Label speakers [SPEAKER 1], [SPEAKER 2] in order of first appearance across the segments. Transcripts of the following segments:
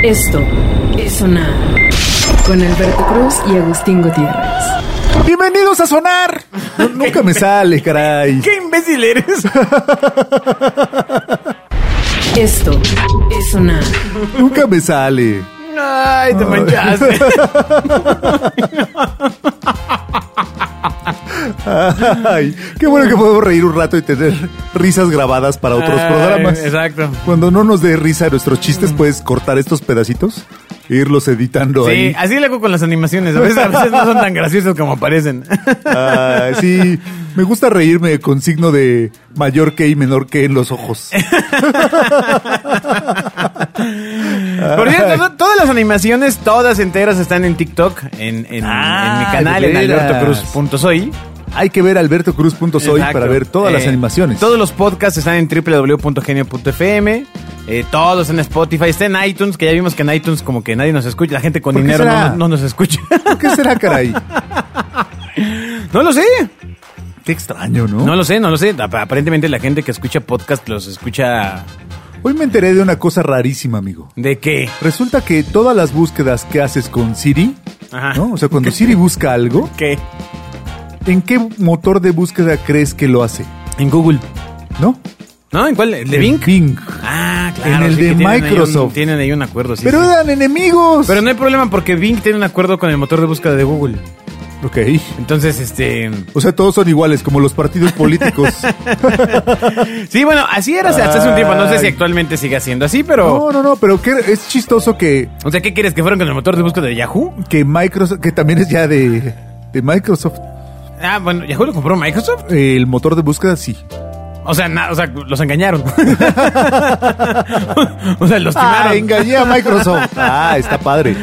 [SPEAKER 1] Esto es Sonar con Alberto Cruz y Agustín Gutiérrez.
[SPEAKER 2] Bienvenidos a Sonar. No, nunca me sale, caray.
[SPEAKER 3] ¡Qué imbécil eres!
[SPEAKER 1] Esto es Sonar
[SPEAKER 2] Nunca me sale.
[SPEAKER 3] ¡Ay, te manchaste!
[SPEAKER 2] Ay, qué bueno que podemos reír un rato y tener risas grabadas para otros
[SPEAKER 3] Ay,
[SPEAKER 2] programas.
[SPEAKER 3] Ah, exacto. Mm.
[SPEAKER 2] Cuando no nos dé risa nuestros chistes, puedes cortar estos pedacitos e irlos editando
[SPEAKER 3] Sí,
[SPEAKER 2] ahí.
[SPEAKER 3] así le hago con las animaciones. A veces, a veces no son tan graciosos como parecen.
[SPEAKER 2] Ah, sí, me gusta reírme con signo de mayor que y menor que en los ojos.
[SPEAKER 3] Por cierto, to- todas las animaciones, todas enteras, están en TikTok, en, en-
[SPEAKER 2] Ah,
[SPEAKER 3] en mi canal,
[SPEAKER 2] de
[SPEAKER 3] en
[SPEAKER 2] veras.
[SPEAKER 3] albertocruz.soy.
[SPEAKER 2] Hay que ver albertocruz.soy
[SPEAKER 3] Exacto.
[SPEAKER 2] para ver todas las
[SPEAKER 3] Eh,
[SPEAKER 2] animaciones.
[SPEAKER 3] Todos los podcasts están en www.genio.fm. eh, todos en Spotify, está en iTunes, que ya vimos que en iTunes como que nadie nos escucha, la gente con
[SPEAKER 2] ¿Por qué
[SPEAKER 3] dinero
[SPEAKER 2] será?
[SPEAKER 3] no, no nos escucha.
[SPEAKER 2] ¿Qué será, caray?
[SPEAKER 3] no lo sé,
[SPEAKER 2] Qué extraño, ¿no?
[SPEAKER 3] no lo sé, no lo sé. Ap- Aparentemente la gente que escucha podcast los escucha
[SPEAKER 2] Hoy me enteré de una cosa rarísima, amigo.
[SPEAKER 3] de qué.
[SPEAKER 2] Resulta que todas las búsquedas que haces con Siri,
[SPEAKER 3] Ajá.
[SPEAKER 2] ¿no? O sea, cuando Siri busca algo,
[SPEAKER 3] ¿Qué?
[SPEAKER 2] ¿en qué motor de búsqueda crees que lo hace?
[SPEAKER 3] En Google.
[SPEAKER 2] ¿No?
[SPEAKER 3] ¿No? ¿En cuál? ¿El de
[SPEAKER 2] En
[SPEAKER 3] Bing?
[SPEAKER 2] Bing.
[SPEAKER 3] Ah, claro.
[SPEAKER 2] En el
[SPEAKER 3] sí
[SPEAKER 2] de
[SPEAKER 3] que tienen ahí un-
[SPEAKER 2] Microsoft.
[SPEAKER 3] tienen ahí un acuerdo, sí.
[SPEAKER 2] Pero
[SPEAKER 3] sí.
[SPEAKER 2] eran enemigos.
[SPEAKER 3] Pero no hay problema porque Bing tiene un acuerdo con el motor de búsqueda de Google.
[SPEAKER 2] Ok.
[SPEAKER 3] Entonces, este...
[SPEAKER 2] O sea, todos son iguales, como los partidos políticos.
[SPEAKER 3] Sí, bueno, así era hasta hace un tiempo. No sé si
[SPEAKER 2] Ay.
[SPEAKER 3] actualmente sigue siendo así, pero...
[SPEAKER 2] no, no, no, pero que es chistoso que,
[SPEAKER 3] O sea, ¿qué quieres? ¿Que fueron con el motor de búsqueda de Yahoo?
[SPEAKER 2] que Microsoft, que también es ya de, de Microsoft. eh,
[SPEAKER 3] Ah, bueno, ¿Yahoo lo compró Microsoft?
[SPEAKER 2] El motor de búsqueda, sí.
[SPEAKER 3] O sea, na- o sea los engañaron. o sea, los
[SPEAKER 2] Ah,
[SPEAKER 3] timaron.
[SPEAKER 2] engañé a Microsoft. Ah, está padre.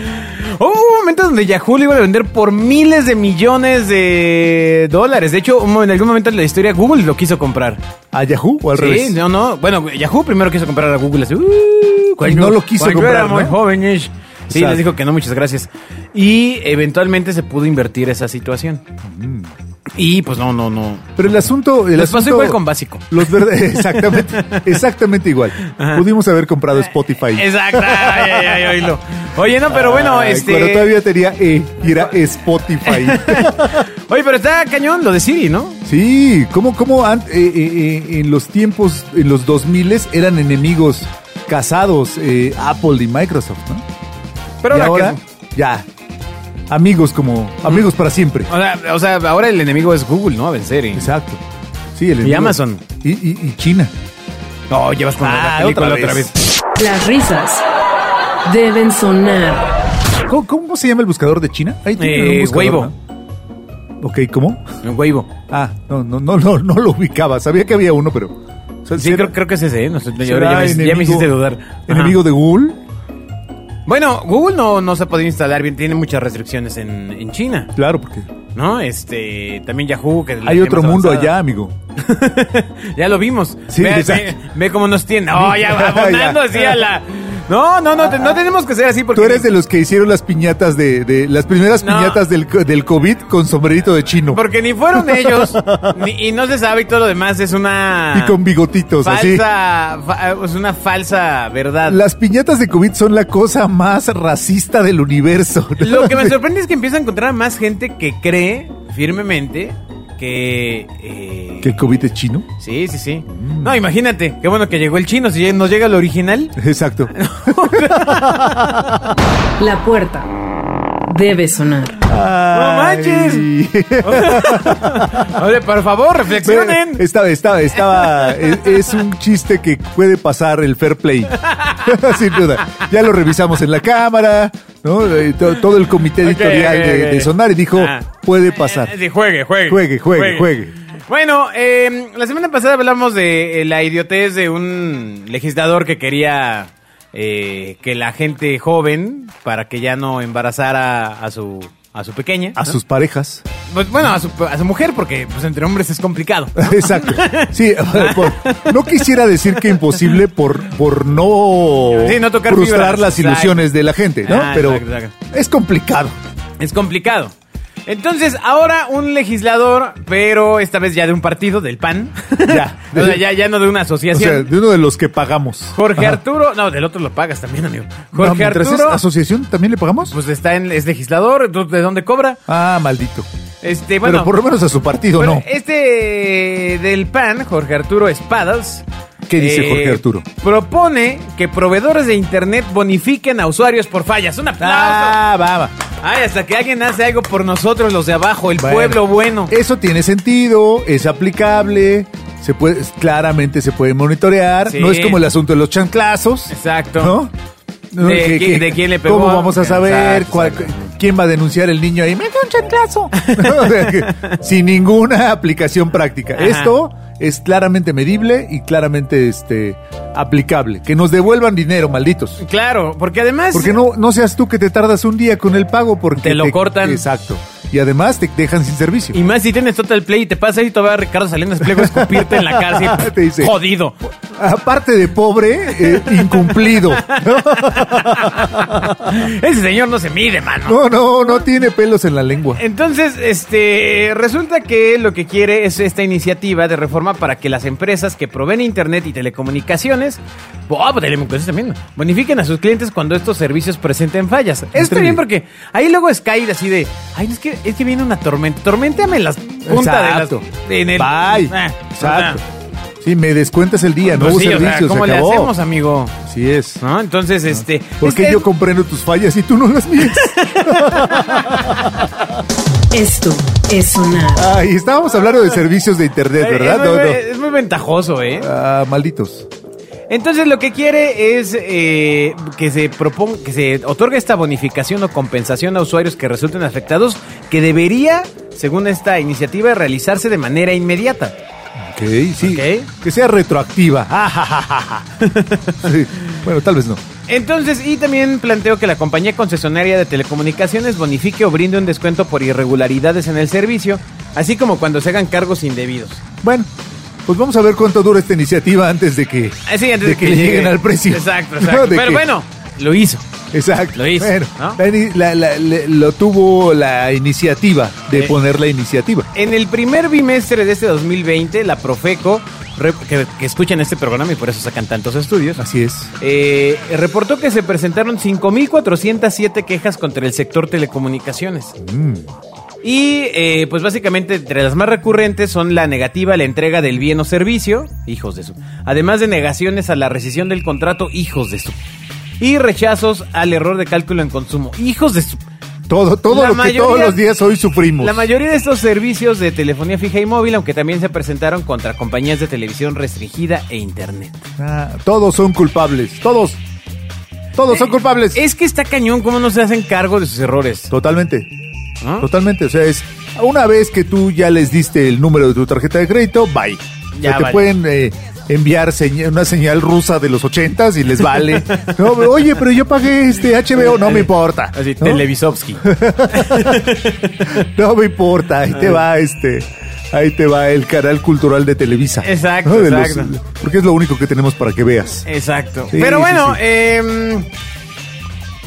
[SPEAKER 3] Hubo un momento donde Yahoo lo iba a vender por miles de millones de dólares. De hecho, un mo- en algún momento de la historia Google lo quiso comprar.
[SPEAKER 2] ¿A Yahoo o al
[SPEAKER 3] sí,
[SPEAKER 2] revés?
[SPEAKER 3] no, no. Bueno, Yahoo primero quiso comprar a Google. Así, uh,
[SPEAKER 2] no lo quiso
[SPEAKER 3] cuando
[SPEAKER 2] comprar,
[SPEAKER 3] era muy
[SPEAKER 2] ¿no?
[SPEAKER 3] joven. ish. Sí,
[SPEAKER 2] Exacto.
[SPEAKER 3] les dijo que no, muchas gracias. Y eventualmente se pudo invertir esa situación. Y pues no, no, no.
[SPEAKER 2] Pero el asunto. Mm. El
[SPEAKER 3] Les pasó
[SPEAKER 2] asunto-
[SPEAKER 3] igual con básico.
[SPEAKER 2] Los verdaderos. Exactamente. Exactamente igual. Pudimos haber comprado Spotify.
[SPEAKER 3] Exacto. Ay, ay, ay, oílo. Oye, no, pero bueno,
[SPEAKER 2] Ay,
[SPEAKER 3] este.
[SPEAKER 2] Pero todavía tenía E y era Spotify.
[SPEAKER 3] Oye, pero está cañón lo de Siri, ¿no?
[SPEAKER 2] sí, como como eh, en los tiempos, en los 2000 eran enemigos casados eh, Apple y Microsoft, ¿no?
[SPEAKER 3] Pero
[SPEAKER 2] y
[SPEAKER 3] ahora
[SPEAKER 2] ahora,
[SPEAKER 3] que-
[SPEAKER 2] ya. Amigos como. Amigos para siempre.
[SPEAKER 3] O sea, o sea, ahora el enemigo es Google, ¿no? A vencer. y-
[SPEAKER 2] Exacto. Sí, el
[SPEAKER 3] Y
[SPEAKER 2] enemigo.
[SPEAKER 3] Amazon.
[SPEAKER 2] Y, y- y China.
[SPEAKER 3] No, llevas con
[SPEAKER 2] Ah,
[SPEAKER 3] la película
[SPEAKER 2] otra
[SPEAKER 3] otra,
[SPEAKER 2] vez.
[SPEAKER 3] vez.
[SPEAKER 1] Las risas deben sonar.
[SPEAKER 2] ¿Cómo, cómo se llama el buscador de China? Ahí tienen
[SPEAKER 3] Eh,
[SPEAKER 2] un buscador,
[SPEAKER 3] Weibo.
[SPEAKER 2] ¿no? Ok, ¿cómo?
[SPEAKER 3] Un huevo.
[SPEAKER 2] Ah, no, no, no, no, no lo ubicaba. Sabía que había uno, pero. o sea,
[SPEAKER 3] Sí,
[SPEAKER 2] será-
[SPEAKER 3] creo, creo que es ese, ¿eh? No sé,
[SPEAKER 2] será
[SPEAKER 3] ya, ahora ya me, ya me
[SPEAKER 2] enemigo-
[SPEAKER 3] hiciste dudar. Ajá.
[SPEAKER 2] Enemigo de Google.
[SPEAKER 3] Bueno, Google no, no se ha podido instalar bien, tiene muchas restricciones en, en China,
[SPEAKER 2] Claro, porque
[SPEAKER 3] ¿no? Este, también Yahoo. Que es la
[SPEAKER 2] hay
[SPEAKER 3] que
[SPEAKER 2] otro
[SPEAKER 3] más
[SPEAKER 2] mundo
[SPEAKER 3] avanzada.
[SPEAKER 2] allá, amigo.
[SPEAKER 3] ya lo vimos.
[SPEAKER 2] Sí,
[SPEAKER 3] ve, ve,
[SPEAKER 2] exacto.
[SPEAKER 3] ve cómo nos tiene. Oh, ya, abonando
[SPEAKER 2] Ya.
[SPEAKER 3] así a la. No, no, no, te- no tenemos que ser así porque.
[SPEAKER 2] Tú eres de los que hicieron las piñatas de. de- las primeras
[SPEAKER 3] No.
[SPEAKER 2] piñatas del, co- del COVID con sombrerito de chino.
[SPEAKER 3] Porque ni fueron ellos, ni- y no se sabe, y todo lo demás es una.
[SPEAKER 2] Y con bigotitos, así.
[SPEAKER 3] falsa. fa- es una falsa verdad.
[SPEAKER 2] Las piñatas de COVID son la cosa más racista del universo.
[SPEAKER 3] Lo que me sorprende es que empiezo a encontrar a más gente que cree firmemente que. eh,
[SPEAKER 2] ¿Que Mm. el COVID es chino?
[SPEAKER 3] Sí, sí, sí. No, imagínate, qué bueno que llegó el chino. Si nos llega el original,
[SPEAKER 2] Exacto.
[SPEAKER 1] La puerta debe sonar.
[SPEAKER 2] ¡No
[SPEAKER 3] manches! Oye, por favor, reflexionen.
[SPEAKER 2] Pero Estaba, estaba, estaba. es, es un chiste que puede pasar el fair play. Sin duda. Ya lo revisamos en la cámara, ¿no? Eh, to- todo el comité
[SPEAKER 3] Ok,
[SPEAKER 2] editorial
[SPEAKER 3] ok,
[SPEAKER 2] de,
[SPEAKER 3] ok.
[SPEAKER 2] de Sonar y dijo,
[SPEAKER 3] Ah.
[SPEAKER 2] puede pasar.
[SPEAKER 3] Eh, sí, juegue, juegue.
[SPEAKER 2] Juegue, juegue, juegue.
[SPEAKER 3] Bueno, eh, la semana pasada hablamos de eh, la idiotez de un legislador que quería eh, que la gente joven, para que ya no embarazara a su, a su pequeña.
[SPEAKER 2] A
[SPEAKER 3] ¿no?
[SPEAKER 2] sus parejas.
[SPEAKER 3] Pues, bueno, a su, a su mujer, porque pues, entre hombres es complicado.
[SPEAKER 2] Exacto. Sí, por- no quisiera decir que imposible por, por no,
[SPEAKER 3] Sí, no tocar
[SPEAKER 2] frustrar
[SPEAKER 3] fibras.
[SPEAKER 2] las ilusiones de la gente, ¿no?
[SPEAKER 3] Ah,
[SPEAKER 2] Pero
[SPEAKER 3] exacto, exacto.
[SPEAKER 2] es complicado.
[SPEAKER 3] Es complicado. Entonces, ahora un legislador, pero esta vez ya de un partido, del PAN.
[SPEAKER 2] Ya.
[SPEAKER 3] o sea, ya, ya no de una
[SPEAKER 2] O
[SPEAKER 3] asociación.
[SPEAKER 2] sea, de uno de los que pagamos.
[SPEAKER 3] Jorge
[SPEAKER 2] Ajá.
[SPEAKER 3] Arturo, no, del otro lo pagas también, amigo.
[SPEAKER 2] No,
[SPEAKER 3] Jorge
[SPEAKER 2] mientras es
[SPEAKER 3] Arturo,
[SPEAKER 2] asociación, ¿también le pagamos?
[SPEAKER 3] pues está en, es legislador, entonces, ¿de dónde cobra?
[SPEAKER 2] Ah, maldito.
[SPEAKER 3] Este, bueno,
[SPEAKER 2] Pero por lo menos a su partido,
[SPEAKER 3] bueno,
[SPEAKER 2] ¿no?
[SPEAKER 3] este del PAN, Jorge Arturo Espadas. eh,
[SPEAKER 2] ¿Qué dice Jorge Arturo?
[SPEAKER 3] Propone que proveedores de internet bonifiquen a usuarios por fallas. Un aplauso.
[SPEAKER 2] Ah, va, va.
[SPEAKER 3] Ay, hasta que alguien hace algo por nosotros, los de abajo, el
[SPEAKER 2] Bueno. Eh,
[SPEAKER 3] pueblo bueno.
[SPEAKER 2] Eso tiene sentido, es aplicable, se puede, claramente se puede monitorear.
[SPEAKER 3] Sí.
[SPEAKER 2] No es como el asunto de los chanclazos.
[SPEAKER 3] Exacto.
[SPEAKER 2] ¿No? No,
[SPEAKER 3] ¿De quién- de quién le pegó?
[SPEAKER 2] ¿Cómo vamos a saber
[SPEAKER 3] Exacto,
[SPEAKER 2] cuál-
[SPEAKER 3] exacto.
[SPEAKER 2] quién va a denunciar el niño ahí? ¡Me dio un chanclazo! O sea, que sin ninguna aplicación práctica.
[SPEAKER 3] Ajá.
[SPEAKER 2] Esto es claramente medible y claramente este, aplicable. Que nos devuelvan dinero, malditos.
[SPEAKER 3] Claro, porque además.
[SPEAKER 2] Porque no, no seas tú que te tardas un día con el pago porque
[SPEAKER 3] Te lo cortan.
[SPEAKER 2] Exacto. Y además te dejan sin servicio.
[SPEAKER 3] Y más si tienes Total Play y te pasa y todavía Ricardo Salinas Pliego a escupirte en la cárcel.
[SPEAKER 2] Te dice,
[SPEAKER 3] Jodido.
[SPEAKER 2] Aparte de pobre, eh, incumplido.
[SPEAKER 3] Ese señor no se mide, mano.
[SPEAKER 2] No, no, no tiene pelos en la lengua.
[SPEAKER 3] Entonces, este, resulta que lo que quiere es esta iniciativa de reforma para que las empresas que proveen internet y telecomunicaciones, oh, pues, telecomunicaciones también, bonifiquen a sus clientes cuando estos servicios presenten fallas. Esto
[SPEAKER 2] Entendí.
[SPEAKER 3] bien porque ahí luego Sky así de, ay, es que es que viene una tormenta, tormenteame en las puntas
[SPEAKER 2] Exacto.
[SPEAKER 3] de las en el-
[SPEAKER 2] Bye.
[SPEAKER 3] Ah,
[SPEAKER 2] Exacto.
[SPEAKER 3] ah.
[SPEAKER 2] Sí, me descuentas el día, no
[SPEAKER 3] Pues
[SPEAKER 2] hubo
[SPEAKER 3] sí, o sea,
[SPEAKER 2] servicio,
[SPEAKER 3] ¿Cómo
[SPEAKER 2] se
[SPEAKER 3] le
[SPEAKER 2] acabó.
[SPEAKER 3] hacemos, amigo?
[SPEAKER 2] Así es.
[SPEAKER 3] ¿No? Entonces, este.
[SPEAKER 2] ¿Por qué
[SPEAKER 3] este-
[SPEAKER 2] yo comprendo tus fallas y tú no las mías?
[SPEAKER 1] Esto es sonar.
[SPEAKER 2] Ay, estábamos hablando de servicios de internet,
[SPEAKER 3] Eh,
[SPEAKER 2] ¿verdad?
[SPEAKER 3] Es muy,
[SPEAKER 2] No, no.
[SPEAKER 3] es muy ventajoso, ¿eh?
[SPEAKER 2] Ah, malditos.
[SPEAKER 3] Entonces lo que quiere es eh, que se proponga, que se otorgue esta bonificación o compensación a usuarios que resulten afectados, que debería, según esta iniciativa, realizarse de manera inmediata.
[SPEAKER 2] Ok, sí.
[SPEAKER 3] Ok.
[SPEAKER 2] Que sea retroactiva. Ah, ja, ja, ja, ja. Sí. Bueno, tal vez no.
[SPEAKER 3] Entonces, y también planteo que la compañía concesionaria de telecomunicaciones bonifique o brinde un descuento por irregularidades en el servicio, así como cuando se hagan cargos indebidos.
[SPEAKER 2] Bueno, pues vamos a ver cuánto dura esta iniciativa antes de que,
[SPEAKER 3] Ah, sí, antes
[SPEAKER 2] de que,
[SPEAKER 3] llegue.
[SPEAKER 2] lleguen al precio.
[SPEAKER 3] Exacto,
[SPEAKER 2] No,
[SPEAKER 3] exacto.
[SPEAKER 2] de
[SPEAKER 3] Pero
[SPEAKER 2] que-
[SPEAKER 3] bueno, lo hizo.
[SPEAKER 2] Exacto.
[SPEAKER 3] Lo hizo,
[SPEAKER 2] Bueno,
[SPEAKER 3] ¿no?
[SPEAKER 2] la ini- la- la- le- lo tuvo la iniciativa de
[SPEAKER 3] Eh.
[SPEAKER 2] poner la iniciativa.
[SPEAKER 3] En el primer bimestre de este 2020, la Profeco, re- que, que escuchan este programa y por eso sacan tantos estudios,
[SPEAKER 2] Así es.
[SPEAKER 3] eh, reportó que se presentaron 5.407 quejas contra el sector telecomunicaciones.
[SPEAKER 2] Mm.
[SPEAKER 3] Y eh, pues básicamente entre las más recurrentes son la negativa a la entrega del bien o servicio, hijos de su. Además de negaciones a la rescisión del contrato, hijos de su. Y rechazos al error de cálculo en consumo, hijos de su.
[SPEAKER 2] Todo, todo
[SPEAKER 3] La
[SPEAKER 2] lo que
[SPEAKER 3] mayoría-
[SPEAKER 2] todos los días hoy sufrimos.
[SPEAKER 3] La mayoría de estos servicios de telefonía fija y móvil, aunque también se presentaron contra compañías de televisión restringida e internet.
[SPEAKER 2] Ah, todos son culpables. Todos. Todos son culpables.
[SPEAKER 3] Eh, Es que está cañón cómo no se hacen cargo de sus errores.
[SPEAKER 2] Totalmente.
[SPEAKER 3] ¿no?
[SPEAKER 2] Totalmente. O sea, es una vez que tú ya les diste el número de tu tarjeta de crédito, bye. O sea,
[SPEAKER 3] Ya
[SPEAKER 2] te
[SPEAKER 3] vale.
[SPEAKER 2] pueden eh, enviar señal- una señal rusa de los ochentas y les vale. No, pero, oye, pero yo pagué este HBO, no me importa.
[SPEAKER 3] Así,
[SPEAKER 2] ¿no?
[SPEAKER 3] Televisovsky.
[SPEAKER 2] No me importa, ahí te va este. Ahí te va el canal cultural de Televisa.
[SPEAKER 3] Exacto,
[SPEAKER 2] De los-
[SPEAKER 3] exacto.
[SPEAKER 2] porque es lo único que tenemos para que veas.
[SPEAKER 3] Exacto.
[SPEAKER 2] Sí,
[SPEAKER 3] pero
[SPEAKER 2] sí,
[SPEAKER 3] bueno,
[SPEAKER 2] sí.
[SPEAKER 3] em,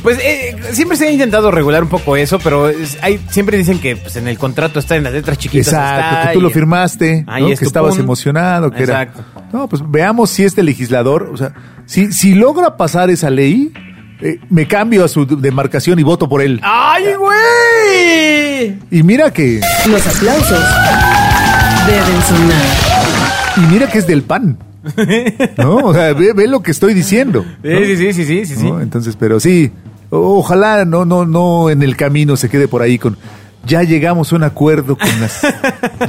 [SPEAKER 3] pues eh, siempre se ha intentado regular un poco eso, pero es- hay, siempre dicen que pues, en el contrato está en las letras chiquitas.
[SPEAKER 2] Exacto,
[SPEAKER 3] está
[SPEAKER 2] que tú
[SPEAKER 3] y-
[SPEAKER 2] lo firmaste,
[SPEAKER 3] Ahí
[SPEAKER 2] ¿no?
[SPEAKER 3] es
[SPEAKER 2] que
[SPEAKER 3] tu
[SPEAKER 2] estabas
[SPEAKER 3] pun.
[SPEAKER 2] emocionado, que
[SPEAKER 3] Exacto.
[SPEAKER 2] era. No, pues veamos si este legislador, o sea, si, si logra pasar esa ley, eh, me cambio a su demarcación y voto por él.
[SPEAKER 3] ¡Ay, güey!
[SPEAKER 2] Y mira que,
[SPEAKER 1] Los aplausos deben sonar.
[SPEAKER 2] y mira que es del pan. ¿No? O sea, ve, ve lo que estoy diciendo. ¿no?
[SPEAKER 3] Sí, sí, sí, sí, sí, sí.
[SPEAKER 2] ¿no? Entonces, pero sí, o- ojalá no, no, no en el camino se quede por ahí con ya llegamos a un acuerdo con las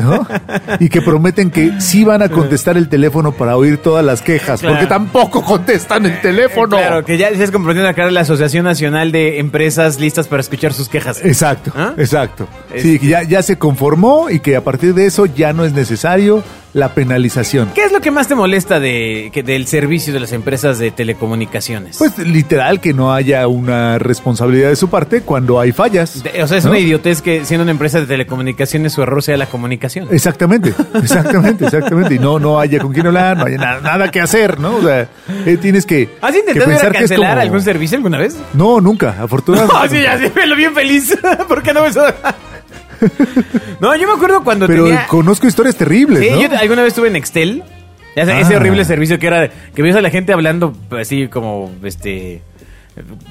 [SPEAKER 2] ¿no? y que prometen que sí van a contestar el teléfono para oír todas las quejas,
[SPEAKER 3] Claro. Eh,
[SPEAKER 2] porque tampoco contestan el teléfono.
[SPEAKER 3] Claro, que ya se es comprometiendo acá la Asociación Nacional de Empresas Listas para Escuchar Sus Quejas.
[SPEAKER 2] Exacto,
[SPEAKER 3] ¿Ah?
[SPEAKER 2] exacto.
[SPEAKER 3] Es-
[SPEAKER 2] Sí, que ya, ya se conformó y que a partir de eso ya no es necesario la penalización.
[SPEAKER 3] ¿Qué es lo que más te molesta de, que, del servicio de las empresas de telecomunicaciones?
[SPEAKER 2] Pues literal que no haya una responsabilidad de su parte cuando hay fallas.
[SPEAKER 3] De- o sea, es
[SPEAKER 2] ¿no?
[SPEAKER 3] una idiotez que siendo una empresa de telecomunicaciones su error sea la comunicación.
[SPEAKER 2] Exactamente, exactamente, exactamente. Y no, no haya con quién hablar, no haya na- nada, que hacer, ¿no? O sea, eh, tienes que.
[SPEAKER 3] ¿Has
[SPEAKER 2] que
[SPEAKER 3] intentado ir a
[SPEAKER 2] que es
[SPEAKER 3] cancelar
[SPEAKER 2] como-
[SPEAKER 3] algún servicio alguna vez?
[SPEAKER 2] No, nunca, afortunadamente.
[SPEAKER 3] No, sí, ya sí, me lo bien feliz. ¿Por qué no me No, yo me acuerdo cuando
[SPEAKER 2] Pero
[SPEAKER 3] tenía...
[SPEAKER 2] conozco historias terribles,
[SPEAKER 3] Sí,
[SPEAKER 2] ¿no?
[SPEAKER 3] yo alguna vez estuve en Nextel. Ya sabes, ese
[SPEAKER 2] Ah.
[SPEAKER 3] horrible servicio que era de- que veías a la gente hablando pues, así como este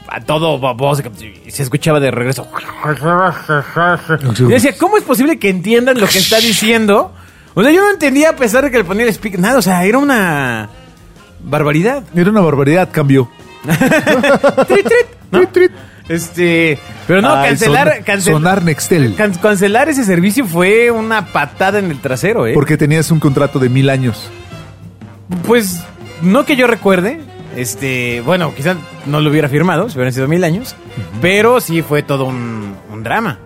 [SPEAKER 3] a todo baboso y se escuchaba de regreso. Yo decía, ¿cómo es posible que entiendan lo que está diciendo? O sea, yo no entendía a pesar de que le ponía el speak nada, o sea, era una barbaridad.
[SPEAKER 2] Era una barbaridad, cambió.
[SPEAKER 3] Trit, trit, ¿no?
[SPEAKER 2] Trit, trit.
[SPEAKER 3] Este, pero no
[SPEAKER 2] Ay,
[SPEAKER 3] cancelar
[SPEAKER 2] son-
[SPEAKER 3] cancel-
[SPEAKER 2] sonar Nextel.
[SPEAKER 3] can- cancelar ese servicio fue una patada en el trasero, ¿eh?
[SPEAKER 2] Porque tenías un contrato de mil años.
[SPEAKER 3] Pues no que yo recuerde. Este, bueno, quizás no lo hubiera firmado, si hubieran sido mil años. Pero sí fue todo un, un drama.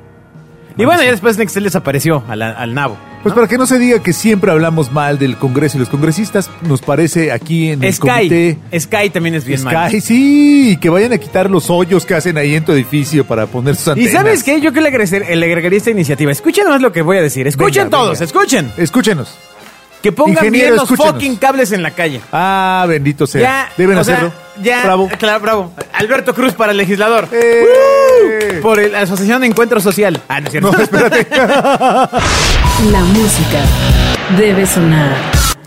[SPEAKER 3] Y bueno, ya después Nextel desapareció al, al nabo.
[SPEAKER 2] Pues para que no se diga que siempre hablamos mal del Congreso y los congresistas, nos parece aquí en el
[SPEAKER 3] Sky.
[SPEAKER 2] comité
[SPEAKER 3] Sky también es bien
[SPEAKER 2] Sky,
[SPEAKER 3] malo.
[SPEAKER 2] sí, que vayan a quitar los hoyos que hacen ahí en tu edificio para poner sus
[SPEAKER 3] ¿Y
[SPEAKER 2] antenas.
[SPEAKER 3] sabes qué? Yo que le, agregar- le agregaría esta iniciativa. Escuchen más lo que voy a decir. Escuchen
[SPEAKER 2] Venga,
[SPEAKER 3] todos,
[SPEAKER 2] venga.
[SPEAKER 3] escuchen.
[SPEAKER 2] Escúchenos.
[SPEAKER 3] Que pongan bien
[SPEAKER 2] Ingeniero,
[SPEAKER 3] los
[SPEAKER 2] escúchenos.
[SPEAKER 3] fucking cables en la calle.
[SPEAKER 2] Ah, bendito sea. Deben
[SPEAKER 3] o sea,
[SPEAKER 2] hacerlo.
[SPEAKER 3] ya,
[SPEAKER 2] Bravo.
[SPEAKER 3] Claro, bravo. Alberto Cruz para el legislador.
[SPEAKER 2] ¡Eh!
[SPEAKER 3] ¡Uh! Por el- la Asociación de Encuentro Social. Ah, no es cierto.
[SPEAKER 2] No, espérate.
[SPEAKER 1] La música debe sonar.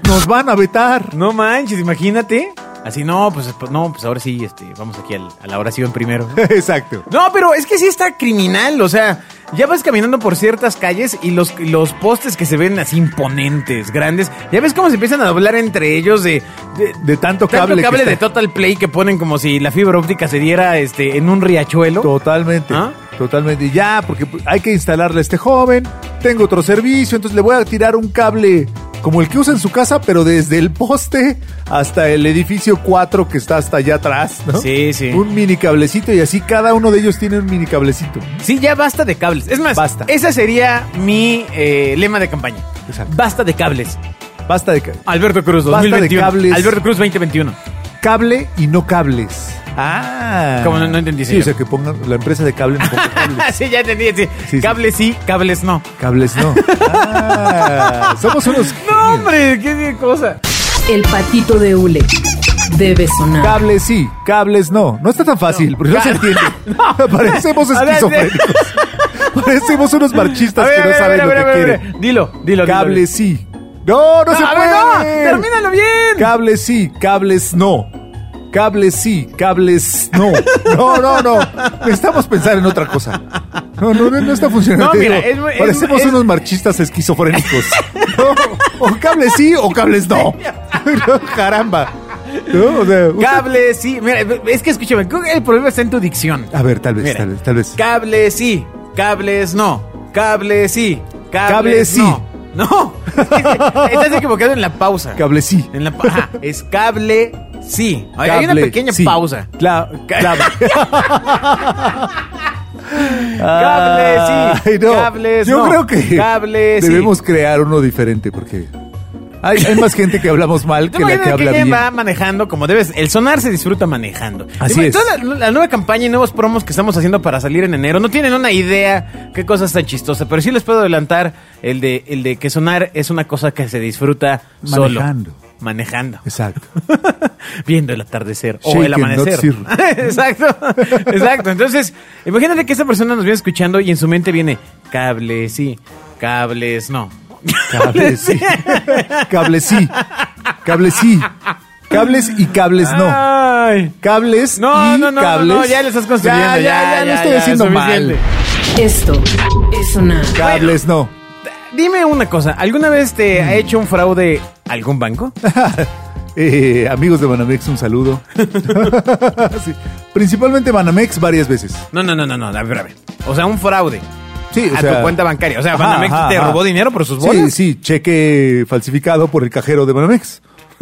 [SPEAKER 2] Nos van a vetar.
[SPEAKER 3] No manches, imagínate. Así, no, pues pues, no, pues ahora sí, este, vamos aquí al- a la oración primero.
[SPEAKER 2] Exacto.
[SPEAKER 3] No, pero es que sí está criminal, o sea, ya vas caminando por ciertas calles y los, los postes que se ven así imponentes, grandes, ya ves cómo se empiezan a doblar entre ellos de, de,
[SPEAKER 2] De tanto cable que
[SPEAKER 3] de
[SPEAKER 2] está-
[SPEAKER 3] Total Play que ponen como si la fibra óptica se diera este, en un riachuelo.
[SPEAKER 2] Totalmente.
[SPEAKER 3] ¿Ah?
[SPEAKER 2] Totalmente. Ya, porque hay que instalarle a este joven. Tengo otro servicio, entonces le voy a tirar un cable como el que usa en su casa, pero desde el poste hasta el edificio 4 que está hasta allá atrás, ¿no?
[SPEAKER 3] Sí, sí.
[SPEAKER 2] Un mini cablecito y así cada uno de ellos tiene un mini cablecito.
[SPEAKER 3] Sí, ya basta de cables. Es más,
[SPEAKER 2] Basta.
[SPEAKER 3] ese sería mi eh, lema de campaña.
[SPEAKER 2] Exacto.
[SPEAKER 3] Basta de cables.
[SPEAKER 2] Basta de ca-
[SPEAKER 3] Alberto Cruz
[SPEAKER 2] Basta de
[SPEAKER 3] 2021.
[SPEAKER 2] cables.
[SPEAKER 3] Alberto Cruz 2021.
[SPEAKER 2] cable y no cables. Ah.
[SPEAKER 3] Como no- no entendí,
[SPEAKER 2] Sí,
[SPEAKER 3] señor.
[SPEAKER 2] o sea, que pongan la empresa de cable no ponga cables.
[SPEAKER 3] Ah, sí, ya entendí. sí.
[SPEAKER 2] sí.
[SPEAKER 3] Cables sí, cables no.
[SPEAKER 2] Cables no. Ah, somos unos
[SPEAKER 3] No, hombre, qué cosa.
[SPEAKER 1] El patito de hule debe sonar.
[SPEAKER 2] Cables sí, cables no. No está tan fácil, porque no se entiende. Parecemos
[SPEAKER 3] A ver,
[SPEAKER 2] esquizofrénicos. Parecemos unos marchistas que no saben lo que quieren.
[SPEAKER 3] Dilo, dilo.
[SPEAKER 2] Cables sí. No, no,
[SPEAKER 3] dilo.
[SPEAKER 2] se
[SPEAKER 3] No, a
[SPEAKER 2] puede.
[SPEAKER 3] ver, no, termínalo bien.
[SPEAKER 2] Cables sí, cables no. Cables sí, cables no. No, no, no. Necesitamos pensar en otra cosa. No, no, no, no está funcionando.
[SPEAKER 3] No,
[SPEAKER 2] Te
[SPEAKER 3] mira,
[SPEAKER 2] digo,
[SPEAKER 3] es muy- es-
[SPEAKER 2] parecemos
[SPEAKER 3] es-
[SPEAKER 2] unos marchistas esquizofrénicos. No, o cables sí o cables no. No, caramba. No, o sea, usted-
[SPEAKER 3] Cable sí. Mira, es que escúchame, creo que el problema está en tu dicción.
[SPEAKER 2] A ver, tal vez,
[SPEAKER 3] Mira,
[SPEAKER 2] tal vez, tal vez.
[SPEAKER 3] Cable sí, cables no. Cable sí, cables
[SPEAKER 2] Cable sí.
[SPEAKER 3] no. No, es que estás equivocado en la pausa.
[SPEAKER 2] Cable sí.
[SPEAKER 3] En la pa- ajá, es cable sí. Hay- Hay una
[SPEAKER 2] Cable,
[SPEAKER 3] pequeña
[SPEAKER 2] sí.
[SPEAKER 3] pausa.
[SPEAKER 2] Cla- clave.
[SPEAKER 3] Cable, sí.
[SPEAKER 2] Ay, no.
[SPEAKER 3] Cables,
[SPEAKER 2] Yo
[SPEAKER 3] no.
[SPEAKER 2] creo que
[SPEAKER 3] Cable, sí.
[SPEAKER 2] debemos crear uno diferente porque hay, hay más gente que hablamos mal
[SPEAKER 3] ¿Tú
[SPEAKER 2] que la
[SPEAKER 3] imaginas
[SPEAKER 2] que habla
[SPEAKER 3] quién
[SPEAKER 2] bien.
[SPEAKER 3] va manejando como debes. El sonar se disfruta manejando.
[SPEAKER 2] Así
[SPEAKER 3] Imagina-
[SPEAKER 2] es.
[SPEAKER 3] Toda la, la nueva campaña y nuevos promos que estamos haciendo para salir en enero. No tienen una idea qué cosa es tan chistosa, pero sí les puedo adelantar el de, el de que sonar es una cosa que se disfruta
[SPEAKER 2] Manejando.
[SPEAKER 3] solo. Manejando.
[SPEAKER 2] Exacto.
[SPEAKER 3] Viendo el atardecer o
[SPEAKER 2] Shake
[SPEAKER 3] el
[SPEAKER 2] and not
[SPEAKER 3] amanecer.
[SPEAKER 2] sirve.
[SPEAKER 3] exacto, exacto. Entonces, imagínate que esta persona nos viene escuchando y en su mente viene cables sí, cables no.
[SPEAKER 2] Cable sí. Cable sí. Cable sí. Cables y cables no.
[SPEAKER 3] Ay.
[SPEAKER 2] Cables
[SPEAKER 3] Ah. No,
[SPEAKER 2] y
[SPEAKER 3] no, no,
[SPEAKER 2] cables.
[SPEAKER 3] no, ya le estás construyendo,
[SPEAKER 2] Ya, ya,
[SPEAKER 3] ya,
[SPEAKER 2] ya,
[SPEAKER 3] ya,
[SPEAKER 2] lo estoy
[SPEAKER 3] ya,
[SPEAKER 2] diciendo
[SPEAKER 3] suficiente.
[SPEAKER 2] mal.
[SPEAKER 1] Esto es sonar.
[SPEAKER 2] Cables no.
[SPEAKER 3] Dime una cosa, ¿alguna vez te
[SPEAKER 2] Mm.
[SPEAKER 3] ha hecho un fraude algún banco?
[SPEAKER 2] Eh, amigos de Banamex, un saludo. Sí. Principalmente Banamex varias veces.
[SPEAKER 3] No, no, no, no, no, a ver, a ver. O sea, un fraude.
[SPEAKER 2] Sí, o
[SPEAKER 3] a
[SPEAKER 2] sea-
[SPEAKER 3] tu cuenta bancaria. O sea,
[SPEAKER 2] Ajá,
[SPEAKER 3] Banamex
[SPEAKER 2] ajá,
[SPEAKER 3] te
[SPEAKER 2] ajá.
[SPEAKER 3] robó dinero por sus
[SPEAKER 2] Sí,
[SPEAKER 3] bolas.
[SPEAKER 2] sí, cheque falsificado por el cajero de Banamex.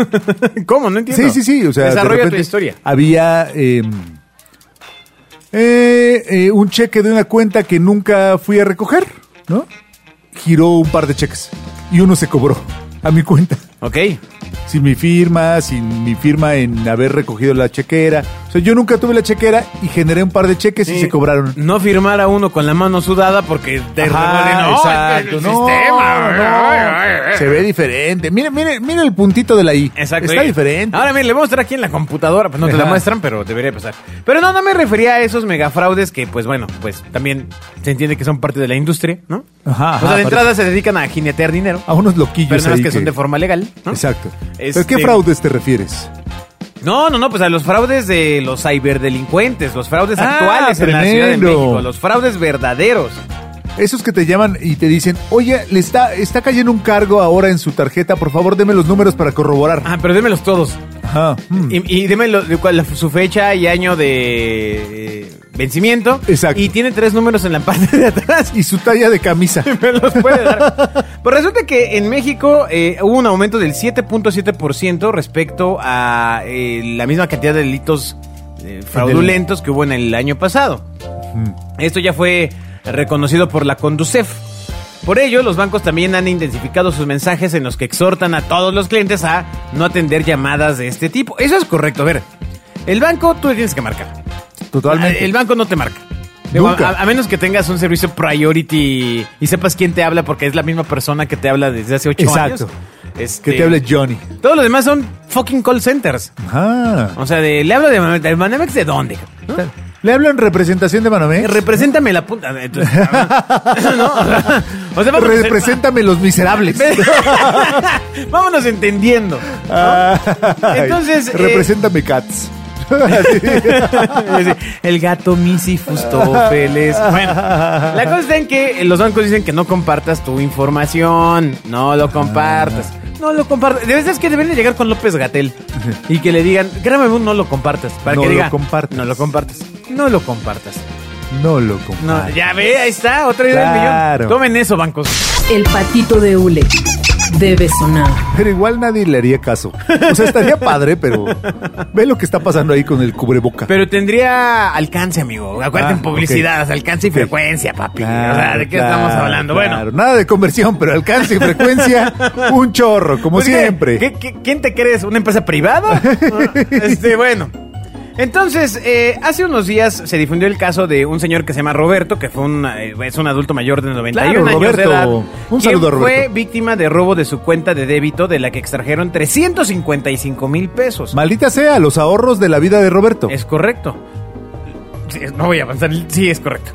[SPEAKER 3] ¿Cómo? No entiendo.
[SPEAKER 2] Sí, sí, sí. O sea, de
[SPEAKER 3] Desarrolla tu
[SPEAKER 2] repente
[SPEAKER 3] historia.
[SPEAKER 2] Había eh, eh, eh, un cheque de una cuenta que nunca fui a recoger, ¿no? Giró un par de cheques y uno se cobró a mi cuenta.
[SPEAKER 3] Ok.
[SPEAKER 2] Sin mi firma, sin mi firma en haber recogido la chequera. O sea, yo nunca tuve la chequera y generé un par de cheques y se cobraron.
[SPEAKER 3] No firmar a uno con la mano sudada porque te
[SPEAKER 2] Ajá,
[SPEAKER 3] revuelven, "No,
[SPEAKER 2] exacto,
[SPEAKER 3] el
[SPEAKER 2] no,
[SPEAKER 3] sistema,
[SPEAKER 2] no, Se ve diferente. Mira, mira, mira el puntito de la I.
[SPEAKER 3] Exacto. eh. Ah.
[SPEAKER 2] Está
[SPEAKER 3] y-
[SPEAKER 2] diferente.
[SPEAKER 3] Ahora miren, le voy a mostrar aquí en la computadora, pues no te la
[SPEAKER 2] Ajá.
[SPEAKER 3] muestran, pero debería pasar. Pero no, no me refería a esos megafraudes que, pues bueno, pues también se entiende que son parte de la industria, ¿no?
[SPEAKER 2] Ajá, Ah,
[SPEAKER 3] o sea,
[SPEAKER 2] ajá,
[SPEAKER 3] de
[SPEAKER 2] parece.
[SPEAKER 3] entrada se dedican a jinetear dinero.
[SPEAKER 2] a unos loquillos
[SPEAKER 3] Personas
[SPEAKER 2] ahí
[SPEAKER 3] que, son de forma legal, ¿no?
[SPEAKER 2] Exacto.
[SPEAKER 3] Este-
[SPEAKER 2] ¿Pero qué fraudes te refieres?
[SPEAKER 3] No, no, no, pues a los fraudes de los ciberdelincuentes, los fraudes
[SPEAKER 2] Ah,
[SPEAKER 3] actuales en la Ciudad de
[SPEAKER 2] tremendo.
[SPEAKER 3] México, los fraudes verdaderos.
[SPEAKER 2] Esos que te llaman y te dicen, oye, le está, está cayendo un cargo ahora en su tarjeta, por favor, deme los números para corroborar.
[SPEAKER 3] Ah, pero démelos todos.
[SPEAKER 2] Ajá. mm.
[SPEAKER 3] Y, y deme lo- de cuál- su fecha y año de eh, vencimiento.
[SPEAKER 2] Exacto.
[SPEAKER 3] Y tiene tres números en la parte de atrás.
[SPEAKER 2] Y su talla de camisa.
[SPEAKER 3] me los puede dar. Pues resulta que en México eh, hubo un aumento del 7.7% respecto a eh, la misma cantidad de delitos eh, fraudulentos que hubo en el año pasado. Esto ya fue reconocido por la Conducef. Por ello, los bancos también han intensificado sus mensajes en los que exhortan a todos los clientes a no atender llamadas de este tipo. Eso es correcto. A ver, el banco tú le tienes que marcar.
[SPEAKER 2] Totalmente.
[SPEAKER 3] Ah, El banco no te marca. Digo,
[SPEAKER 2] Nunca.
[SPEAKER 3] A, a menos que tengas un servicio priority y sepas quién te habla porque es la misma persona que te habla desde hace ocho años.
[SPEAKER 2] Exacto.
[SPEAKER 3] Este,
[SPEAKER 2] que te hable Johnny.
[SPEAKER 3] Todos los demás son fucking call centers.
[SPEAKER 2] Ajá.
[SPEAKER 3] O sea, de, le hablo de Banamex. ¿De Banamex de dónde? ¿No?
[SPEAKER 2] ¿Le hablo en representación de Manomex?
[SPEAKER 3] Represéntame la punta. Entonces, ¿no? O sea, vamos a hacer-
[SPEAKER 2] Represéntame los miserables.
[SPEAKER 3] Vámonos entendiendo.
[SPEAKER 2] Ay,
[SPEAKER 3] Entonces, eh,
[SPEAKER 2] Represéntame Cats.
[SPEAKER 3] Sí, El gato Missy Fustófeles. Bueno, la cosa está en que los bancos dicen que no compartas tu información. No lo compartas. No lo compartas. De verdad es que deben de llegar con López Gatel y que le digan, grábame un no lo compartas. Para
[SPEAKER 2] No
[SPEAKER 3] que
[SPEAKER 2] lo
[SPEAKER 3] diga,
[SPEAKER 2] compartas.
[SPEAKER 3] no lo compartas. No lo compartas.
[SPEAKER 2] No lo
[SPEAKER 3] No,
[SPEAKER 2] comparto.
[SPEAKER 3] ya ve, Ah. Eh, ahí está, otra idea del
[SPEAKER 2] Claro.
[SPEAKER 3] millón. Tomen eso, bancos.
[SPEAKER 1] El patito de hule debe sonar.
[SPEAKER 2] Pero igual nadie le haría caso. O sea, estaría padre, pero ve lo que está pasando ahí con el cubreboca.
[SPEAKER 3] Pero tendría alcance, amigo. Acuérdate
[SPEAKER 2] Ah,
[SPEAKER 3] en publicidad,
[SPEAKER 2] ok.
[SPEAKER 3] alcance y
[SPEAKER 2] Ok.
[SPEAKER 3] frecuencia, papi.
[SPEAKER 2] Claro,
[SPEAKER 3] o sea, ¿de qué
[SPEAKER 2] claro,
[SPEAKER 3] estamos hablando?
[SPEAKER 2] claro.
[SPEAKER 3] Bueno.
[SPEAKER 2] Nada de conversión, pero alcance y frecuencia, un chorro, como
[SPEAKER 3] Pues, ¿qué?
[SPEAKER 2] siempre.
[SPEAKER 3] ¿Qué- qué- quién te crees? ¿Una empresa privada? Ah, este, bueno. Entonces, eh, hace unos días se difundió el caso de un señor que se llama Roberto, que fue un, eh, es un adulto mayor de 91
[SPEAKER 2] Claro,
[SPEAKER 3] años de
[SPEAKER 2] Roberto.
[SPEAKER 3] edad.
[SPEAKER 2] Un
[SPEAKER 3] quien
[SPEAKER 2] saludo a
[SPEAKER 3] Fue
[SPEAKER 2] Roberto.
[SPEAKER 3] víctima de robo de su cuenta de débito, de la que extrajeron 355 mil pesos.
[SPEAKER 2] Maldita sea, los ahorros de la vida de Roberto.
[SPEAKER 3] Es correcto. Sí, no voy a avanzar. Sí, es correcto.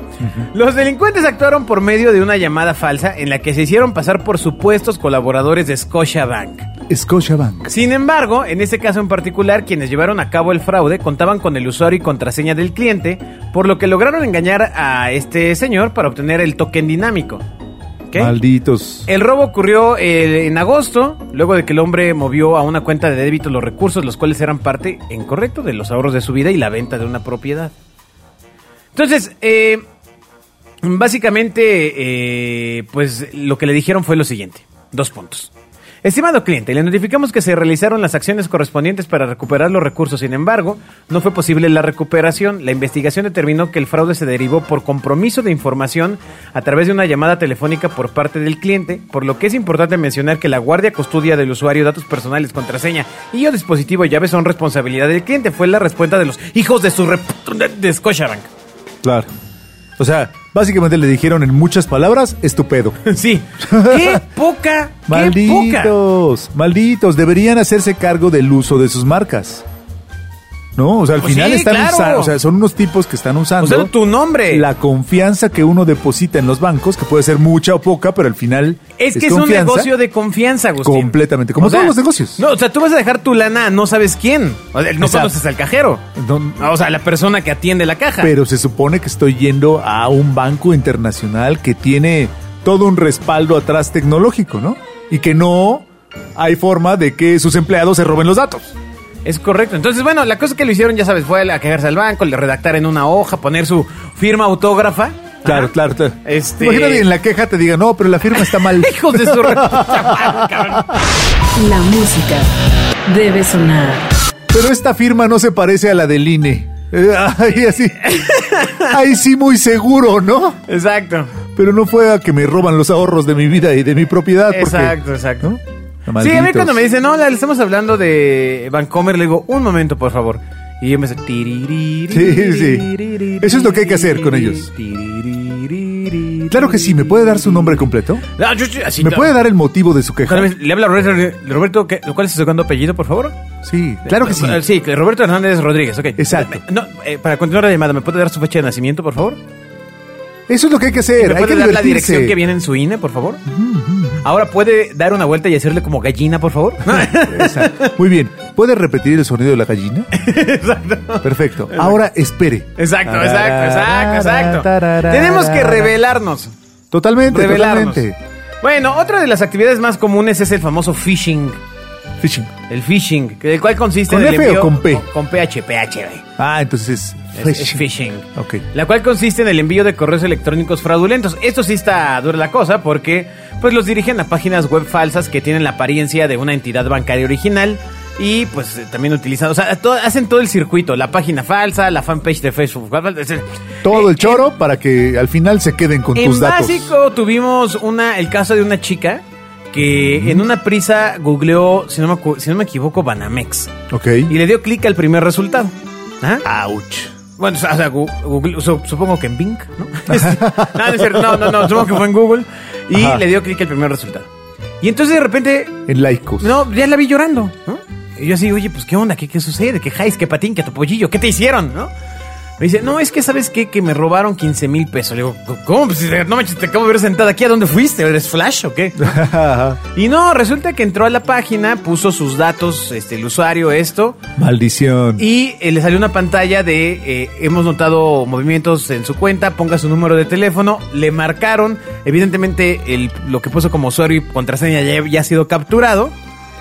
[SPEAKER 3] Los delincuentes actuaron por medio de una llamada falsa en la que se hicieron pasar por supuestos colaboradores de Scotiabank.
[SPEAKER 2] Scotiabank.
[SPEAKER 3] Sin embargo, en este caso en particular, quienes llevaron a cabo el fraude contaban con el usuario y contraseña del cliente, por lo que lograron engañar a este señor para obtener el token dinámico. ¿Ok?
[SPEAKER 2] Malditos.
[SPEAKER 3] El robo ocurrió eh, en agosto, luego de que el hombre movió a una cuenta de débito los recursos, los cuales eran parte, en correcto, de los ahorros de su vida y la venta de una propiedad. Entonces, eh, básicamente, eh, pues lo que le dijeron fue lo siguiente. Dos puntos. Estimado cliente, le notificamos que se realizaron las acciones correspondientes para recuperar los recursos. Sin embargo, no fue posible la recuperación. La investigación determinó que el fraude se derivó por compromiso de información a través de una llamada telefónica por parte del cliente, por lo que es importante mencionar que la guardia custodia del usuario, datos personales, contraseña y o dispositivo llave son responsabilidad del cliente. Fue la respuesta de los hijos de su rep... de Scotiabank.
[SPEAKER 2] Claro. O sea, básicamente le dijeron en muchas palabras, estupendo.
[SPEAKER 3] Sí. ¡Qué poca! ¡Qué poca!
[SPEAKER 2] Malditos, malditos, deberían hacerse cargo del uso de sus marcas. No, o sea, al
[SPEAKER 3] Pues
[SPEAKER 2] final
[SPEAKER 3] sí,
[SPEAKER 2] están
[SPEAKER 3] claro.
[SPEAKER 2] usando, o sea, son unos tipos que están usando
[SPEAKER 3] Usando tu nombre.
[SPEAKER 2] la confianza que uno deposita en los bancos, que puede ser mucha o poca, pero al final
[SPEAKER 3] Es que es un
[SPEAKER 2] confianza.
[SPEAKER 3] negocio de confianza, Agustín.
[SPEAKER 2] Completamente, como todos los negocios.
[SPEAKER 3] No, o sea, tú vas a dejar tu lana a no sabes quién. O sea, no
[SPEAKER 2] Exacto.
[SPEAKER 3] conoces al cajero.
[SPEAKER 2] No-
[SPEAKER 3] Ah, O sea, la persona que atiende la caja.
[SPEAKER 2] pero se supone que estoy yendo a un banco internacional que tiene todo un respaldo atrás tecnológico, ¿no? Y que no hay forma de que sus empleados se roben los datos.
[SPEAKER 3] Es correcto. Entonces, bueno, la cosa que lo hicieron, ya sabes, fue a quejarse al banco, le redactar en una hoja, poner su firma autógrafa.
[SPEAKER 2] Claro,
[SPEAKER 3] Ajá.
[SPEAKER 2] claro, claro.
[SPEAKER 3] Este-
[SPEAKER 2] Imagínate en la queja te diga, no, pero la firma está mal.
[SPEAKER 3] Hijos de su re- cabrón.
[SPEAKER 1] La música debe sonar.
[SPEAKER 2] pero esta firma no se parece a la del INE. Eh, Ahí así. Ahí sí, muy seguro, ¿no?
[SPEAKER 3] Exacto.
[SPEAKER 2] Pero no fue a que me roban los ahorros de mi vida y de mi propiedad. porque-
[SPEAKER 3] Exacto, exacto.
[SPEAKER 2] ¿no?
[SPEAKER 3] Sí, a mí
[SPEAKER 2] Malditos.
[SPEAKER 3] cuando me dicen, no, le estamos hablando de Vancomer, le digo, un momento, por favor. Y empieza. Sí,
[SPEAKER 2] Sí, sí. Eso es lo que hay que hacer con ellos. Claro que sí, ¿me puede dar su nombre completo?
[SPEAKER 3] Ah, yo- yo- así
[SPEAKER 2] ¿Me
[SPEAKER 3] ta-
[SPEAKER 2] puede dar el motivo de su queja?
[SPEAKER 3] Espérame, Le habla Roberto, Roberto ¿qué- ¿cuál es su segundo apellido, por favor?
[SPEAKER 2] Sí, claro que sí.
[SPEAKER 3] Eh, Sí, que Roberto Hernández Rodríguez, ok.
[SPEAKER 2] Exacto.
[SPEAKER 3] No, eh, para continuar la llamada, ¿me puede dar su fecha de nacimiento, por favor?
[SPEAKER 2] Eso es lo que hay que
[SPEAKER 3] ¿Me
[SPEAKER 2] hacer. Hay que
[SPEAKER 3] puede dar la dirección que
[SPEAKER 2] divertirse.
[SPEAKER 3] viene en su INE, por favor? Ahora puede dar una vuelta y hacerle como gallina, por favor.
[SPEAKER 2] Exacto. Muy bien. ¿Puede repetir el sonido de la gallina? Exacto. Perfecto. Ahora espere.
[SPEAKER 3] Exacto, exacto, exacto, exacto. Tenemos que revelarnos.
[SPEAKER 2] Totalmente,
[SPEAKER 3] Revelarnos.
[SPEAKER 2] totalmente.
[SPEAKER 3] Bueno, otra de las actividades más comunes es el famoso phishing.
[SPEAKER 2] Fishing.
[SPEAKER 3] El phishing, que- el cual consiste
[SPEAKER 2] ¿Con
[SPEAKER 3] en el
[SPEAKER 2] F o
[SPEAKER 3] envío
[SPEAKER 2] con P?
[SPEAKER 3] Con PH, PH, güey.
[SPEAKER 2] Ah, entonces
[SPEAKER 3] Es-
[SPEAKER 2] es
[SPEAKER 3] es
[SPEAKER 2] fishing.
[SPEAKER 3] phishing.
[SPEAKER 2] Ok.
[SPEAKER 3] La cual consiste en el envío de correos electrónicos fraudulentos. Esto sí está dura la cosa porque pues los dirigen a páginas web falsas que tienen la apariencia de una entidad bancaria original y pues eh, también utilizan, o sea, to- hacen todo el circuito, la página falsa, la fanpage de Facebook. es decir,
[SPEAKER 2] Todo
[SPEAKER 3] eh,
[SPEAKER 2] el choro para que al final se queden con
[SPEAKER 3] en
[SPEAKER 2] tus datos.
[SPEAKER 3] básico tuvimos una, el caso de una chica que en una prisa googleó, si no me, acu- si no me equivoco, Banamex.
[SPEAKER 2] Ok.
[SPEAKER 3] Y le dio clic al primer resultado. Ajá.
[SPEAKER 2] Ah. Ouch.
[SPEAKER 3] Bueno, o sea, o sea, gu- Google- su- supongo que en Bing, ¿no? no, no es cierto, no, no, no, supongo que fue en Google. Y
[SPEAKER 2] Ajá.
[SPEAKER 3] le dio clic al primer resultado. Y entonces de repente,
[SPEAKER 2] En laicos.
[SPEAKER 3] no, ya la vi llorando, ¿no? Y yo así, oye, pues ¿qué onda? ¿Qué, qué sucede? ¿Qué jais? ¿Qué patín? ¿Qué topollillo? ¿Qué te hicieron? ¿No? Me dice, no, es que ¿sabes qué? Que me robaron 15 mil pesos. Le digo, ¿cómo? Pues, no manches, te acabo de ver sentada aquí. ¿A dónde fuiste? ¿Eres Flash o qué?
[SPEAKER 2] Ajá.
[SPEAKER 3] Y no, resulta que entró a la página, puso sus datos, este, el usuario, esto.
[SPEAKER 2] Maldición.
[SPEAKER 3] Y eh, le salió una pantalla de eh, hemos notado movimientos en su cuenta, ponga su número de teléfono, le marcaron, evidentemente el, lo que puso como usuario y contraseña ya, ya ha sido capturado.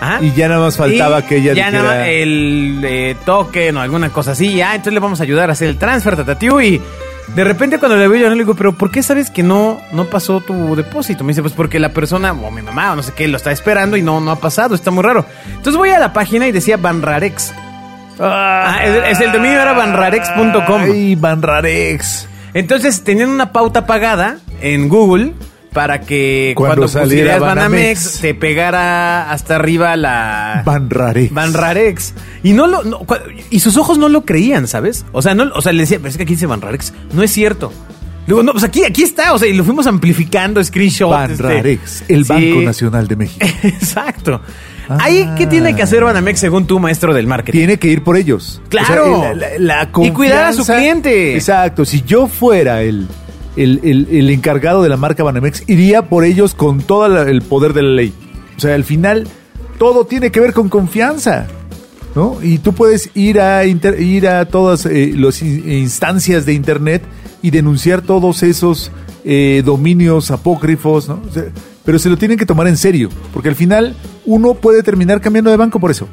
[SPEAKER 3] Ajá.
[SPEAKER 2] Y ya nada más faltaba
[SPEAKER 3] Y
[SPEAKER 2] que ella
[SPEAKER 3] ya
[SPEAKER 2] dijera-
[SPEAKER 3] nada más el eh, token o alguna cosa así, ya, entonces le vamos a ayudar a hacer el transfer, tatatiu, y de repente cuando le veo yo le digo, pero ¿por qué sabes que no, no pasó tu depósito? Me dice, pues porque la persona, o mi mamá, o no sé qué, lo está esperando y no, no ha pasado, está muy raro. Entonces voy a la página y decía Banrarex. Ah, es, es el dominio era banrarex.com.
[SPEAKER 2] Ay, Banrarex.
[SPEAKER 3] Entonces tenían una pauta pagada en Google para que
[SPEAKER 2] Cuando
[SPEAKER 3] cuando,
[SPEAKER 2] saliera
[SPEAKER 3] pusieras Banamex,
[SPEAKER 2] Banamex.
[SPEAKER 3] te pegara hasta arriba la
[SPEAKER 2] Banrarex.
[SPEAKER 3] Ah. Banrarex. Y no lo no, cua- y sus ojos no lo creían, ¿sabes? O sea, no, o sea, le decía, pero es que aquí dice Banrarex, no es cierto. Luego, no, pues aquí, aquí está, o sea, y lo fuimos amplificando, screenshot. este.
[SPEAKER 2] Banrarex, el
[SPEAKER 3] Sí.
[SPEAKER 2] Banco Nacional de México.
[SPEAKER 3] Exacto.
[SPEAKER 2] Ah.
[SPEAKER 3] Ahí, ¿qué tiene que hacer Banamex según tu maestro del marketing?
[SPEAKER 2] Tiene que ir por ellos.
[SPEAKER 3] Claro.
[SPEAKER 2] el- la, la
[SPEAKER 3] Y cuidar a su
[SPEAKER 2] confianza-
[SPEAKER 3] cliente.
[SPEAKER 2] Exacto. Si yo fuera el, el, el- el encargado de la marca Banamex, iría por ellos con todo la- el poder de la ley. O sea, al final, todo tiene que ver con confianza. ¿No? Y tú puedes ir a, inter- ir a todas eh, las in- instancias de Internet y denunciar todos esos eh, dominios apócrifos, ¿no? O sea, pero se lo tienen que tomar en serio, porque al final uno puede terminar cambiando de banco por eso.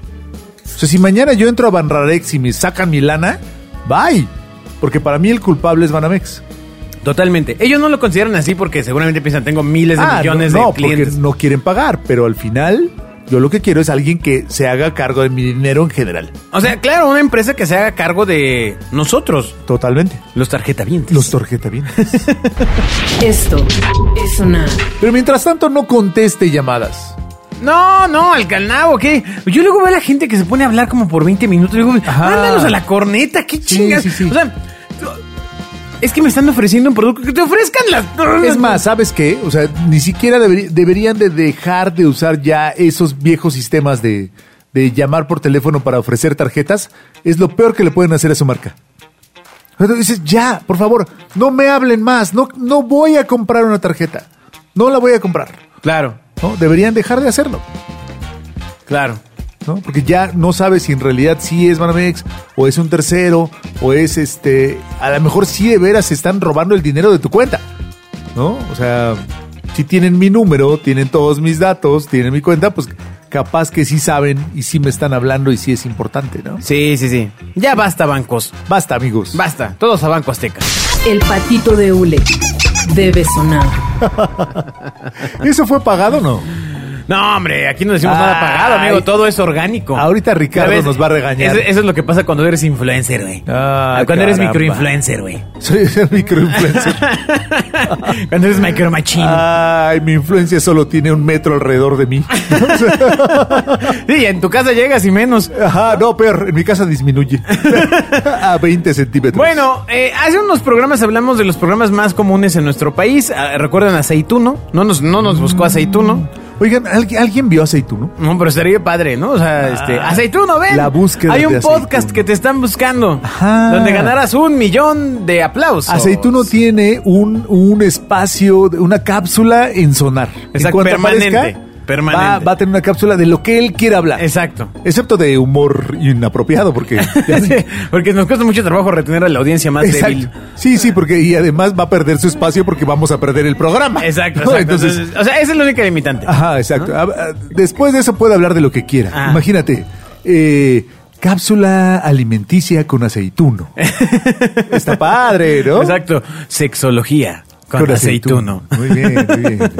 [SPEAKER 2] O sea, si mañana yo entro a Banrarex y me sacan mi lana, bye. Porque para mí el culpable es Banamex.
[SPEAKER 3] Totalmente. Ellos no lo consideran así porque seguramente piensan, tengo miles de
[SPEAKER 2] Ah,
[SPEAKER 3] millones
[SPEAKER 2] no, no,
[SPEAKER 3] de clientes.
[SPEAKER 2] porque no quieren pagar, pero al final yo lo que quiero es alguien que se haga cargo de mi dinero en general.
[SPEAKER 3] O sea, claro, una empresa que se haga cargo de nosotros,
[SPEAKER 2] Totalmente.
[SPEAKER 3] los tarjetavientes.
[SPEAKER 2] Los torjetavientes.
[SPEAKER 1] Esto es sonar.
[SPEAKER 2] pero mientras tanto no conteste llamadas.
[SPEAKER 3] No, no, al calnabo, ¿qué? Yo luego veo a la gente que se pone a hablar como por 20 minutos. Digo,
[SPEAKER 2] Ajá.
[SPEAKER 3] mándalos a la corneta, qué chingas.
[SPEAKER 2] sí, sí.
[SPEAKER 3] O sea, es que me están ofreciendo un producto que te ofrezcan las.
[SPEAKER 2] Es más, ¿sabes qué? O sea, ni siquiera deberi- deberían de dejar de usar ya esos viejos sistemas de, de llamar por teléfono para ofrecer tarjetas. Es lo peor que le pueden hacer a su marca. Entonces dices, ya, por favor, no me hablen más. No, no voy a comprar una tarjeta. No la voy a comprar.
[SPEAKER 3] Claro,
[SPEAKER 2] ¿no? Deberían dejar de hacerlo.
[SPEAKER 3] claro.
[SPEAKER 2] ¿no? Porque ya no sabes si en realidad sí es Banamex o es un tercero o es este. A lo mejor sí de veras se están robando el dinero de tu cuenta, ¿no? O sea, si tienen mi número, tienen todos mis datos, tienen mi cuenta, pues capaz que sí saben y sí me están hablando y sí es importante, ¿no?
[SPEAKER 3] Sí, sí, sí. Ya basta, bancos.
[SPEAKER 2] Basta, amigos.
[SPEAKER 3] Basta. Todos a Banco Azteca.
[SPEAKER 1] El patito de hule debe sonar.
[SPEAKER 2] ¿Eso fue pagado o no?
[SPEAKER 3] No, hombre, aquí no decimos nada
[SPEAKER 2] Ay.
[SPEAKER 3] pagado, amigo. Todo es orgánico.
[SPEAKER 2] Ahorita Ricardo
[SPEAKER 3] ¿Sabes?
[SPEAKER 2] nos va a regañar.
[SPEAKER 3] Eso, eso es lo que pasa cuando eres influencer, güey.
[SPEAKER 2] Ah,
[SPEAKER 3] cuando eres
[SPEAKER 2] caramba.
[SPEAKER 3] microinfluencer, güey.
[SPEAKER 2] Soy ese microinfluencer.
[SPEAKER 3] Cuando eres micromachín.
[SPEAKER 2] Ah. Ay, mi influencia solo tiene un metro alrededor de mí.
[SPEAKER 3] Sí, en tu casa llegas y menos.
[SPEAKER 2] Ajá, no, peor, en mi casa disminuye a 20 centímetros.
[SPEAKER 3] Bueno, eh, hace unos programas hablamos de los programas más comunes en nuestro país. Ah, Recuerden Aceituno. No nos, no nos buscó
[SPEAKER 2] Mm.
[SPEAKER 3] Aceituno.
[SPEAKER 2] Oigan, ¿algu- ¿alguien vio aceituno?
[SPEAKER 3] No, pero estaría padre, ¿no? O sea, este, Aceituno, ven.
[SPEAKER 2] Ah, la búsqueda
[SPEAKER 3] Hay un
[SPEAKER 2] de
[SPEAKER 3] podcast
[SPEAKER 2] Aceituno.
[SPEAKER 3] que te están buscando.
[SPEAKER 2] Ajá.
[SPEAKER 3] Donde ganarás un millón de aplausos.
[SPEAKER 2] Aceituno tiene un, un espacio, de- una cápsula en sonar. en
[SPEAKER 3] Exacto,
[SPEAKER 2] cuanto
[SPEAKER 3] permanente,
[SPEAKER 2] aparezca,
[SPEAKER 3] permanente.
[SPEAKER 2] Va, va a tener una cápsula de lo que él quiera hablar.
[SPEAKER 3] Exacto.
[SPEAKER 2] Excepto de humor inapropiado, porque...
[SPEAKER 3] Porque nos cuesta mucho trabajo retener a la audiencia más
[SPEAKER 2] Exacto.
[SPEAKER 3] débil.
[SPEAKER 2] Sí, sí, porque y además va a perder su espacio porque vamos a perder el programa.
[SPEAKER 3] Exacto,
[SPEAKER 2] ¿no?
[SPEAKER 3] exacto.
[SPEAKER 2] Entonces,
[SPEAKER 3] Entonces, o sea, esa es la única limitante.
[SPEAKER 2] ajá, exacto. Ah, ah, Después de eso puede hablar de lo que quiera.
[SPEAKER 3] Ah.
[SPEAKER 2] Imagínate, eh, cápsula alimenticia con aceituno. Está padre, ¿no?
[SPEAKER 3] Exacto. Sexología con, aceituno.
[SPEAKER 2] Muy bien, muy bien.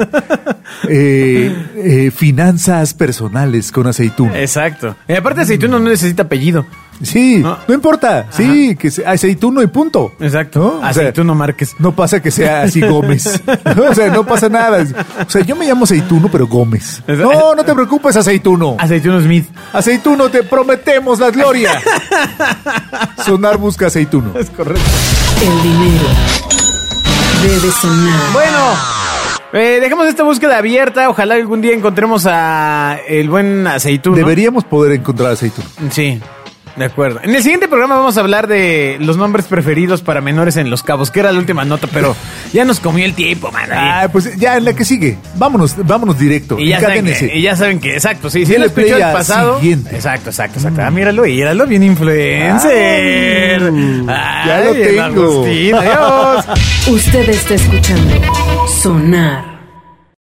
[SPEAKER 2] Eh, eh, finanzas personales con aceituno.
[SPEAKER 3] Exacto. Y aparte aceituno no necesita apellido.
[SPEAKER 2] Sí,
[SPEAKER 3] No.
[SPEAKER 2] no, importa. Sí, que sea aceituno y punto.
[SPEAKER 3] Exacto.
[SPEAKER 2] ¿No? Oh. O sea,
[SPEAKER 3] Aceituno Márquez.
[SPEAKER 2] No pasa que sea así Gómez. O sea, no pasa nada. O sea, yo me llamo aceituno, pero Gómez. No, no te preocupes, aceituno.
[SPEAKER 3] Aceituno Smith.
[SPEAKER 2] Aceituno, te prometemos la gloria. Sonar busca aceituno.
[SPEAKER 3] Es correcto.
[SPEAKER 1] El dinero debe sonar.
[SPEAKER 3] Bueno, eh, dejemos esta búsqueda abierta. Ojalá algún día encontremos a el buen aceituno.
[SPEAKER 2] Deberíamos poder encontrar aceituno.
[SPEAKER 3] Sí. De acuerdo. En el siguiente programa vamos a hablar de los nombres preferidos para menores en Los Cabos, que era la última nota, pero ya nos comió el tiempo, man.
[SPEAKER 2] Ah, pues ya en la que sigue. Vámonos, vámonos directo.
[SPEAKER 3] Y ya, saben
[SPEAKER 2] Encárguense.
[SPEAKER 3] que, y ya saben que, exacto, sí, si él
[SPEAKER 2] Denle
[SPEAKER 3] escuchó
[SPEAKER 2] play
[SPEAKER 3] el
[SPEAKER 2] al
[SPEAKER 3] pasado.
[SPEAKER 2] siguiente. Mm.
[SPEAKER 3] Exacto, exacto, exacto. Ah, míralo, míralo, bien influencer.
[SPEAKER 2] Ay, ya
[SPEAKER 3] Ay,
[SPEAKER 2] lo
[SPEAKER 3] el
[SPEAKER 2] tengo.
[SPEAKER 3] Agustín, adiós.
[SPEAKER 1] Usted está escuchando Sonar.